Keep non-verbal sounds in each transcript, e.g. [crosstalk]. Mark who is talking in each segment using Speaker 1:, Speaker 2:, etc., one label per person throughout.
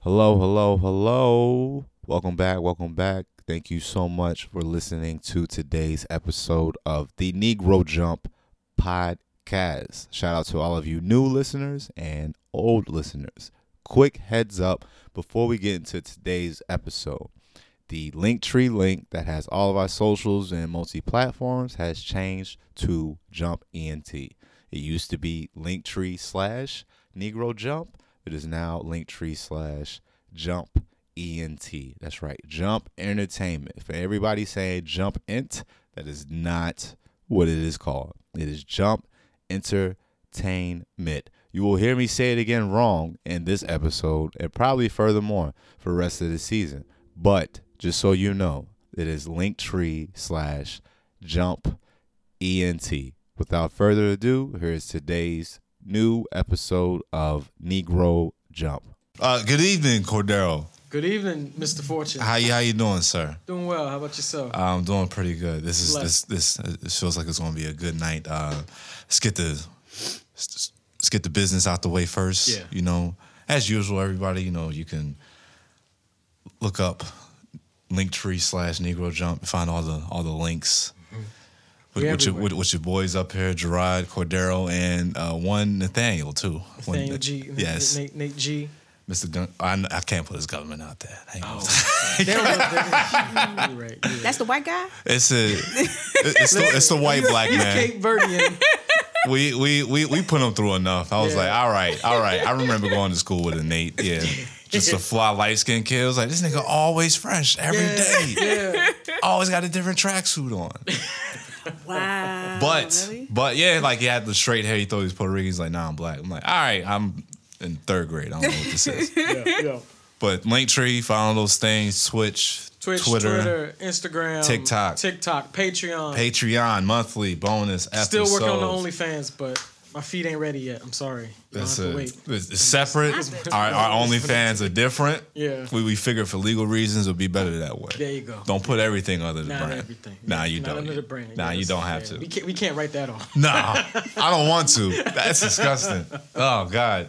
Speaker 1: Hello, hello, hello. Welcome back. Welcome back. Thank you so much for listening to today's episode of the Negro Jump podcast. Shout out to all of you new listeners and old listeners. Quick heads up before we get into today's episode. The Linktree link that has all of our socials and multi platforms has changed to Jump E ENT. It used to be Linktree slash Negro Jump. It is now Linktree slash Jump ENT. That's right, Jump Entertainment. For everybody saying Jump Ent, that is not what it is called. It is Jump Entertainment. You will hear me say it again wrong in this episode and probably furthermore for the rest of the season. But just so you know, it is Linktree slash Jump ENT. E Without further ado, here is today's new episode of Negro Jump.
Speaker 2: Uh, good evening, Cordero.
Speaker 3: Good evening, Mr. Fortune.
Speaker 2: How you how you doing, sir?
Speaker 3: Doing well. How about yourself?
Speaker 2: I'm doing pretty good. This is this
Speaker 3: Blessed.
Speaker 2: this uh, it feels like it's gonna be a good night. Uh, let's get the let's, let's get the business out the way first.
Speaker 3: Yeah.
Speaker 2: You know, as usual, everybody. You know, you can look up Linktree slash Negro Jump and find all the all the links. With,
Speaker 3: We
Speaker 2: with, your,
Speaker 3: Mm-hmm. everywhere.
Speaker 2: with, with your boys up here, Gerard, Cordero, and uh, one Nathaniel too. One-
Speaker 3: Daniel G.
Speaker 2: Yes,
Speaker 3: Nate, Nate
Speaker 2: [laughs]
Speaker 3: G.
Speaker 2: Mr. Gun. I, I can't put his government out there. Hang on.
Speaker 3: They don't know- they- you're right, you're right.
Speaker 4: That's the white guy.
Speaker 2: [laughs] It's a it's the, it's the white black man.
Speaker 3: Cape Verdean.
Speaker 2: We we we we put him through enough. I was
Speaker 3: Yeah.
Speaker 2: like, all right, all right. I remember going to school with a Nate. Yeah. Just a fly light skinned kid. I was like, this nigga always fresh every day.
Speaker 3: [laughs] Yeah. Oh,
Speaker 2: Always got a different tracksuit on.
Speaker 4: [laughs] Wow.
Speaker 2: But
Speaker 4: really?
Speaker 2: but yeah, like he had the straight hair, he thought he was Puerto Rican. He's like, nah, I'm black. I'm like, all right, I'm in third grade. I don't know what this
Speaker 3: [laughs]
Speaker 2: is.
Speaker 3: yeah, yeah.
Speaker 2: But Linktree, follow those things, Twitch,
Speaker 3: Twitch, Twitter,
Speaker 2: Twitter,
Speaker 3: Instagram,
Speaker 2: TikTok.
Speaker 3: TikTok, Patreon.
Speaker 2: Patreon, monthly, bonus episodes.
Speaker 3: Still working on the OnlyFans, but my feet ain't ready yet. I'm sorry. You
Speaker 2: That's
Speaker 3: don't have to
Speaker 2: it.
Speaker 3: wait.
Speaker 2: It's it's separate. Our, our OnlyFans are different.
Speaker 3: Yeah.
Speaker 2: We, we figure for legal reasons it'll be better that way.
Speaker 3: There you go.
Speaker 2: Don't put everything under the
Speaker 3: Not
Speaker 2: brand.
Speaker 3: everything.
Speaker 2: Nah, you
Speaker 3: Not
Speaker 2: don't.
Speaker 3: under the brand.
Speaker 2: Nah,
Speaker 3: Yeah,
Speaker 2: you
Speaker 3: that's-
Speaker 2: don't have
Speaker 3: yeah.
Speaker 2: to.
Speaker 3: We can't, we can't write that off. [laughs]
Speaker 2: Nah, I don't want to. That's disgusting. Oh God.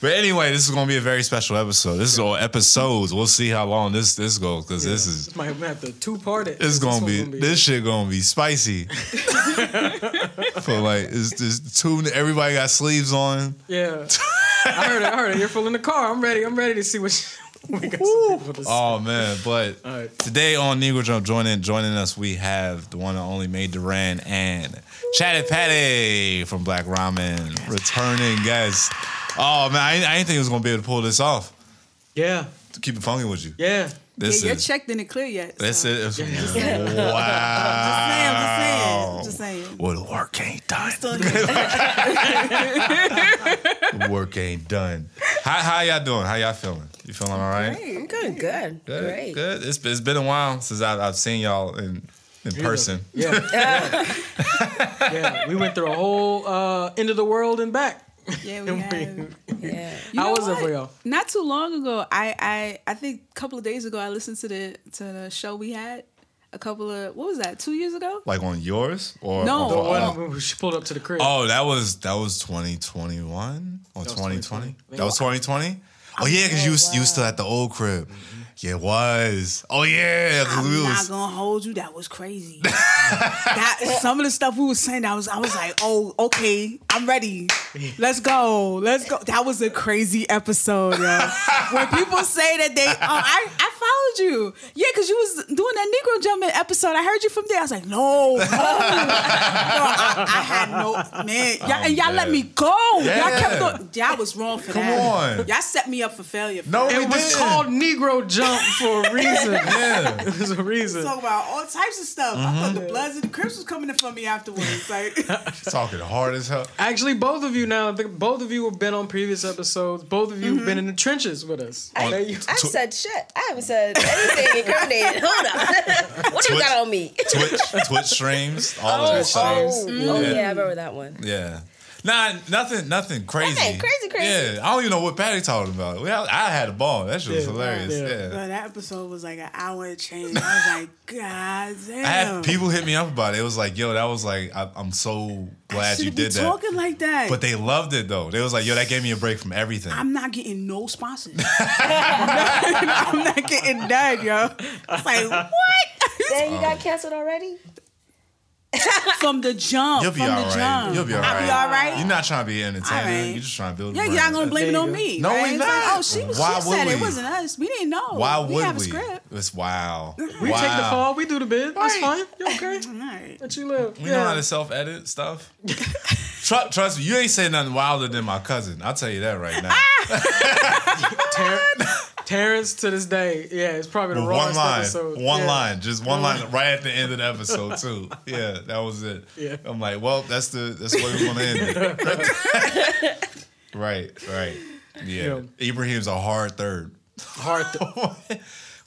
Speaker 2: But anyway, this is gonna be a very special episode. This is all episodes. We'll see how long this this goes because this is
Speaker 3: might have to two part it.
Speaker 2: It's gonna
Speaker 3: one's
Speaker 2: be, this shit gonna be
Speaker 3: [laughs]
Speaker 2: spicy. For like it's just two everybody got sleeves on. [laughs]
Speaker 3: Yeah. I heard it. I heard it. You're full in the car. I'm ready. I'm ready to see what you, [laughs] we got some people to say.
Speaker 2: Oh man, but
Speaker 3: All right.
Speaker 2: today on Negro Jump joining joining us we have the one and only May Duran and Chatty Patty from Black Ramen returning guests. Oh man, I, didn't- I didn't think I was gonna be able to pull this off.
Speaker 3: Yeah.
Speaker 2: Keep it funky with you.
Speaker 3: Yeah.
Speaker 2: This
Speaker 4: yeah, your
Speaker 2: is
Speaker 4: check didn't clear yet.
Speaker 2: this
Speaker 4: so.
Speaker 2: is
Speaker 4: Wow.
Speaker 2: wow.
Speaker 4: Just saying, just saying, just saying.
Speaker 2: Well, the work ain't done.
Speaker 4: Still didn't.
Speaker 2: [laughs] The work ain't done. How how y'all doing? How y'all feeling? You feeling all right?
Speaker 4: Hey,
Speaker 5: Good, good,
Speaker 2: Good,
Speaker 5: great.
Speaker 2: good. It's, it's been a while since I've, I've seen y'all in in person.
Speaker 3: Yeah. yeah. Yeah. We went through a whole uh, end of the world and back. [laughs]
Speaker 4: yeah, we have.
Speaker 5: Yeah.
Speaker 4: You
Speaker 3: How
Speaker 4: know
Speaker 3: was it for
Speaker 4: what?
Speaker 3: y'all?
Speaker 4: Not too long ago, I, I I think a couple of days ago, I listened to the to the show we had a couple of what was that? Two years ago?
Speaker 2: Like on yours or
Speaker 4: No.
Speaker 2: or-
Speaker 4: The
Speaker 3: One,
Speaker 2: oh,
Speaker 3: when we- [laughs] she pulled up to the crib.
Speaker 2: oh, that was that was twenty twenty one or
Speaker 3: was
Speaker 2: twenty
Speaker 3: 2020.
Speaker 2: twenty. That was twenty twenty. Oh yeah, because you was, you was still at the old crib. Yeah, it was. Oh yeah, 'cause
Speaker 4: I'm
Speaker 2: we
Speaker 4: not
Speaker 2: was.
Speaker 4: gonna hold you. That was
Speaker 2: [laughs]
Speaker 4: crazy. that some of the stuff we were saying, I was I was like, oh, okay, I'm ready. Let's go. Let's go. That was a crazy episode, yo. when people say that they, oh, I, I followed you. Yeah, because you was doing that Negro jumping episode. I heard you from there. I was like, no, [laughs] no. no I, I had no man. Y'all, and y'all let me go.
Speaker 2: Oh, Yeah.
Speaker 4: Y'all kept on. Y'all was wrong for
Speaker 2: Come
Speaker 4: that.
Speaker 2: on.
Speaker 4: Y'all set me up for failure. For
Speaker 2: No,
Speaker 4: that.
Speaker 2: we
Speaker 3: it was
Speaker 2: did.
Speaker 3: called Negro Jump
Speaker 2: [laughs]
Speaker 3: for a reason. [laughs]
Speaker 2: Yeah.
Speaker 3: There's a reason.
Speaker 4: [laughs] talk about all types of stuff. I thought
Speaker 2: Mm-hmm.
Speaker 4: the Bloods and the Crips was coming in for me afterwards. Like,
Speaker 2: [laughs] talking hard as hell.
Speaker 3: Actually, both of you now, I think both of you have been on previous episodes. Both of you have been in the trenches with us. There you-
Speaker 5: I've said shit. I haven't said anything incriminating. Hold on. [laughs] what you
Speaker 2: Twitch-
Speaker 5: got on me?
Speaker 2: [laughs] Twitch Twitch streams, all
Speaker 5: Oh,
Speaker 2: of
Speaker 5: oh,
Speaker 2: that stuff.
Speaker 3: streams.
Speaker 5: [laughs] oh,
Speaker 2: Yeah.
Speaker 5: yeah, I remember that one.
Speaker 2: Yeah. Nah, nothing, nothing crazy.
Speaker 5: Nothing crazy, crazy.
Speaker 2: Yeah, I don't even know what Patty talking about. We, I, I had a ball. That shit was
Speaker 3: Yeah,
Speaker 2: hilarious.
Speaker 3: yeah.
Speaker 2: Yeah.
Speaker 4: Bro, that episode was like an hour and change. I was [laughs] like, God damn.
Speaker 2: I had people hit me up about it. It was like, yo, that was like, I, I'm so glad you
Speaker 4: Shouldn't be
Speaker 2: did that.
Speaker 4: talking like that.
Speaker 2: But they loved it though. They was like, yo, that gave me a break from everything.
Speaker 4: I'm not getting
Speaker 2: [laughs]
Speaker 4: no sponsors. [laughs] I'm not getting none, yo. It's like what?
Speaker 5: Then you got canceled already?
Speaker 4: from the jump.
Speaker 2: You'll be
Speaker 4: from the
Speaker 2: all right.
Speaker 4: jump.
Speaker 2: You'll be all
Speaker 4: I'll be all right.
Speaker 2: You're not trying to be entertaining.
Speaker 4: All right.
Speaker 2: You're just trying to build. a
Speaker 4: yeah, you're
Speaker 2: brand.
Speaker 4: not gonna blame it
Speaker 3: There you
Speaker 4: on
Speaker 3: go.
Speaker 4: me.
Speaker 2: No, we
Speaker 4: right? It's like,
Speaker 2: not.
Speaker 4: oh, she was.
Speaker 2: Why
Speaker 4: she
Speaker 2: would
Speaker 4: said
Speaker 2: we?
Speaker 4: it wasn't us. We didn't know.
Speaker 2: Why would
Speaker 4: we have a
Speaker 2: we?
Speaker 4: script?
Speaker 2: It's wow.
Speaker 3: We
Speaker 2: wow.
Speaker 3: take the fall. We do the bid. That's
Speaker 2: Right.
Speaker 3: fine. You okay?
Speaker 4: All right.
Speaker 3: Let you live.
Speaker 2: We
Speaker 3: yeah.
Speaker 2: know how to self edit
Speaker 4: [laughs]
Speaker 2: stuff. trust, trust me, you ain't saying nothing wilder than my cousin. I'll tell you that right now.
Speaker 4: Ah!
Speaker 3: Ter- [laughs] Terrence to this day. Yeah, it's probably the
Speaker 2: With one
Speaker 3: rawest
Speaker 2: line,
Speaker 3: episode.
Speaker 2: one
Speaker 3: Yeah.
Speaker 2: line, just one line, right at the end of the episode
Speaker 3: [laughs]
Speaker 2: too. Yeah, that was it.
Speaker 3: Yeah.
Speaker 2: I'm like, well, that's the that's where we're gonna end it.
Speaker 4: [laughs]
Speaker 2: right, right. Yeah.
Speaker 3: Yeah.
Speaker 2: Ibrahim's a hard third.
Speaker 3: Hard. th-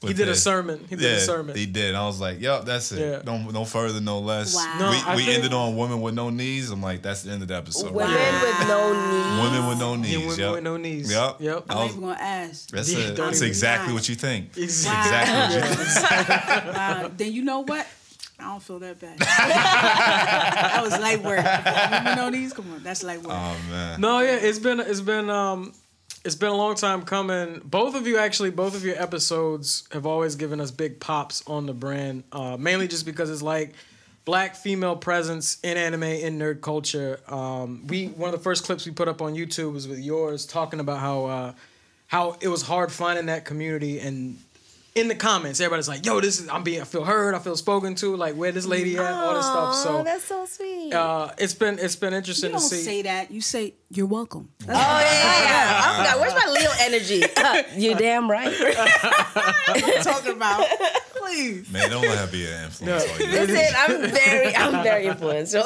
Speaker 2: He
Speaker 3: did a sermon. He did a sermon.
Speaker 2: He did. I was like, "Yep, that's it.
Speaker 3: Yeah.
Speaker 2: No, no further, no less."
Speaker 4: Wow. No,
Speaker 2: we
Speaker 3: I
Speaker 2: we
Speaker 3: think-
Speaker 2: ended on women with no knees. I'm like, "That's the end of the episode."
Speaker 5: Women
Speaker 2: right
Speaker 5: with no
Speaker 2: there.
Speaker 5: knees.
Speaker 2: Women with no knees.
Speaker 3: Yeah, women
Speaker 2: yep.
Speaker 3: with no knees.
Speaker 2: Yep.
Speaker 3: Yep.
Speaker 2: I
Speaker 4: I'm
Speaker 2: was-
Speaker 4: not even gonna ask.
Speaker 2: that's
Speaker 3: Yeah,
Speaker 2: it.
Speaker 3: don't
Speaker 2: That's
Speaker 3: even
Speaker 2: exactly
Speaker 4: lie.
Speaker 2: what you think.
Speaker 3: Exactly.
Speaker 2: [laughs] Exactly. what you
Speaker 4: Wow. wow. Uh, Then you know what? I don't feel that
Speaker 5: [laughs]
Speaker 4: bad. that was light work. You know these? Come on, that's light work.
Speaker 2: Oh man.
Speaker 3: No, yeah, it's been it's been um it's been a long time coming. Both of you actually, both of your episodes have always given us big pops on the brand. Uh, mainly just because it's like black female presence in anime in nerd culture. Um, we one of the first clips we put up on YouTube was with yours talking about how uh, how it was hard finding that community and. In the comments, everybody's like, "Yo, this is I'm being I feel heard, I feel spoken to, like where this lady at, all this stuff."
Speaker 5: Oh,
Speaker 3: So
Speaker 5: that's so sweet.
Speaker 3: uh, it's been it's been interesting
Speaker 4: you don't
Speaker 3: to see.
Speaker 4: say that. You say you're welcome.
Speaker 5: oh yeah, yeah, yeah. I forgot. Where's my Leo [laughs] energy? You're damn right.
Speaker 4: That's what I'm talking
Speaker 5: [laughs]
Speaker 4: about. Please.
Speaker 2: Man, don't let her be an influence
Speaker 3: No.
Speaker 2: on you.
Speaker 5: Listen, I'm very, I'm very influential. [laughs]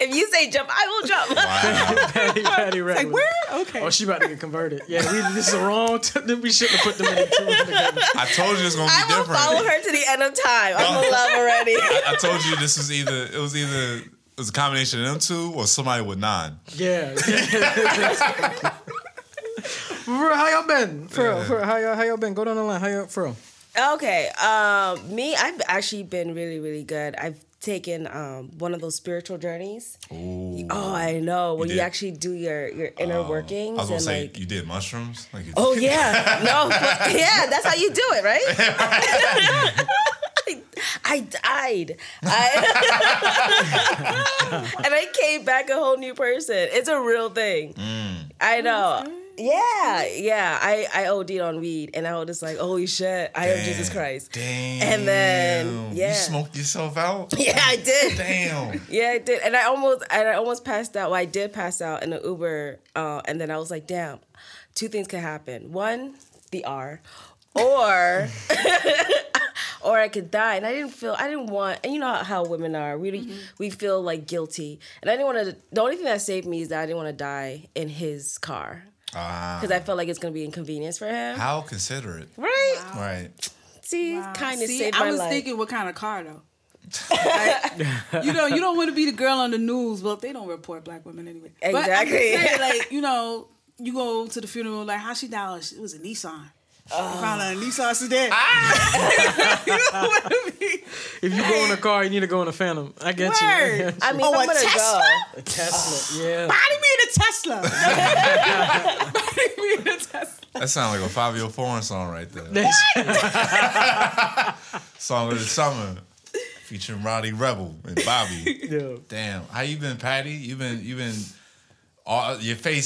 Speaker 5: if you say jump, I will jump.
Speaker 2: Wow.
Speaker 3: [laughs] Patty, Patty
Speaker 4: Like
Speaker 3: Redwood.
Speaker 4: where? Okay.
Speaker 3: Oh, she about to get converted. Yeah, we, this is the wrong. T- we shouldn't have put them in the two together.
Speaker 2: I told you it's gonna be
Speaker 5: I will
Speaker 2: different.
Speaker 5: follow her to the end of time. I'm in love already.
Speaker 2: I told you this was either it was either it was a combination of them two or somebody with nine.
Speaker 3: Yeah. [laughs] For real, how y'all been? For real, for real, how y'all how y'all been? Go down the line. How y'all for real?
Speaker 5: Okay, um, me, I've actually been really, really good. I've taken um, one of those spiritual journeys.
Speaker 2: Ooh.
Speaker 5: Oh, I know. When you,
Speaker 2: did? Oh,
Speaker 5: actually do your your inner workings
Speaker 2: I was gonna
Speaker 5: and
Speaker 2: say
Speaker 5: like.
Speaker 2: you did mushrooms. Like you [laughs]
Speaker 5: Oh yeah, no, yeah, that's how you do it, right?
Speaker 2: [laughs]
Speaker 5: [laughs] I died, I, [laughs] and I came back a whole new person. It's a real thing.
Speaker 2: Mm.
Speaker 5: I know. Yeah, yeah. I I OD'd on weed, and I was just like, holy shit, I am Jesus Christ.
Speaker 2: Damn.
Speaker 5: And then,
Speaker 2: you
Speaker 5: yeah.
Speaker 2: smoked yourself out.
Speaker 5: [laughs] Yeah, I did.
Speaker 2: Damn.
Speaker 5: Yeah, I did, and I almost and I almost passed out. Well, I did pass out in the Uber, uh, and then I was like, "Damn, two things could happen: one, the R, or [laughs] or I could die." And I didn't feel I didn't want, and you know how, how women are. We we feel like guilty, and I didn't want to. The only thing that saved me is that I didn't want to die in his car
Speaker 2: Ah,
Speaker 5: because I felt like it's gonna be inconvenience for him.
Speaker 2: how considerate.
Speaker 5: Right?
Speaker 2: Right.
Speaker 5: See,
Speaker 4: Wow.
Speaker 5: kindness
Speaker 4: See,
Speaker 5: saved
Speaker 4: I
Speaker 5: my
Speaker 4: was
Speaker 5: life.
Speaker 4: thinking, what kind of car though? Like, you know, you don't want to be the girl on the news. Well, they don't report black women anyway. But I'm just
Speaker 5: Exactly. [laughs]
Speaker 4: saying, like you know, you go to the funeral. Like how she died? It was a Nissan. Oh. Found a Nissan sedan. you know what I mean?
Speaker 3: If you go in a car, you need to go in a Phantom. I get you.
Speaker 4: Word.
Speaker 5: I mean,
Speaker 4: Oh, a
Speaker 5: if I'm gonna
Speaker 4: Tesla?
Speaker 5: go.
Speaker 3: A [laughs] Tesla. Yeah.
Speaker 4: Body me in a Tesla. [laughs] Body me in a Tesla.
Speaker 2: That sounds like a Fabio Foreign song right there. song of the summer. Featuring Roddy Rebel and Bobby.
Speaker 3: yeah.
Speaker 2: Damn. How you been, Patty? You been you been all your face